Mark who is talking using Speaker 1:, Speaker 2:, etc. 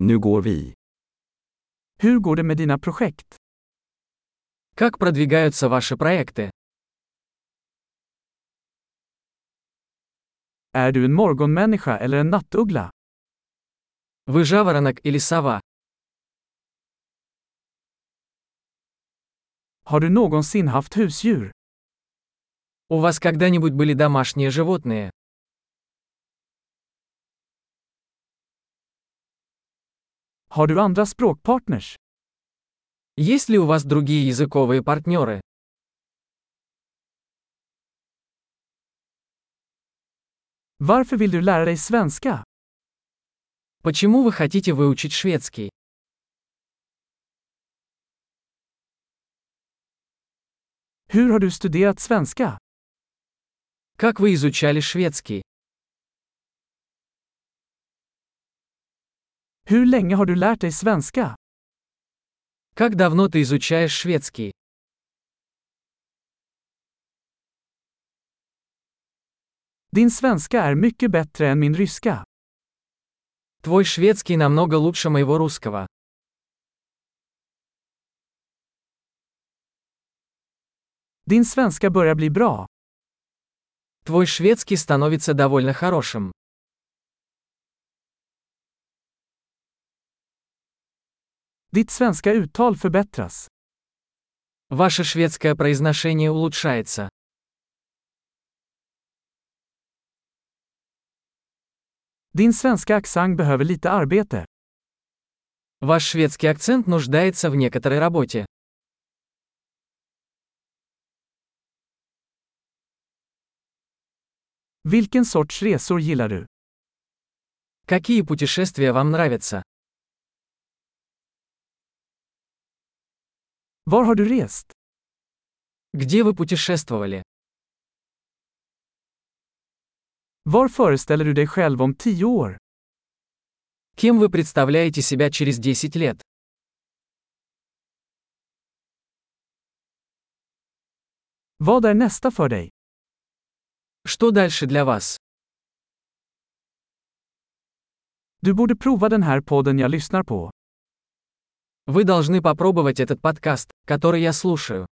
Speaker 1: Nu går vi.
Speaker 2: Hur går det med dina projekt?
Speaker 3: Как продвигаются ваши проекты?
Speaker 2: Är du en morgonmänniska eller en nattuggla?
Speaker 3: Вы жаворонок или сова?
Speaker 2: Har du någonsin haft husdjur?
Speaker 3: У вас когда-нибудь были домашние животные?
Speaker 2: Har du andra språkpartners?
Speaker 3: Есть ли у вас другие языковые партнеры?
Speaker 2: Varför vill du lära dig svenska?
Speaker 3: Почему вы хотите выучить шведский?
Speaker 2: Hur har du studerat svenska?
Speaker 3: Как вы изучали шведский?
Speaker 2: Hur länge har du lärt dig svenska?
Speaker 3: Как давно ты изучаешь шведский?
Speaker 2: Din svenska är mycket bättre än min ryska.
Speaker 3: Твой шведский намного лучше моего русского.
Speaker 2: Din svenska börjar bli bra.
Speaker 3: Твой шведский становится довольно хорошим.
Speaker 2: Ditt svenska uttal förbättras.
Speaker 3: Ваше шведское произношение улучшается.
Speaker 2: Din svenska accent behöver lite arbete.
Speaker 3: Ваш шведский акцент нуждается в некоторой работе.
Speaker 2: Vilken sorts resor gillar du?
Speaker 3: Какие путешествия вам нравятся?
Speaker 2: Var har du rest?
Speaker 3: Где вы путешествовали?
Speaker 2: Var föreställer du dig själv om tio år?
Speaker 3: Кем вы представляете себя через 10 лет?
Speaker 2: Vad är nästa för dig?
Speaker 3: Что дальше для вас?
Speaker 2: Du borde prova den här podden jag lyssnar på.
Speaker 3: Вы должны попробовать этот подкаст, который я слушаю.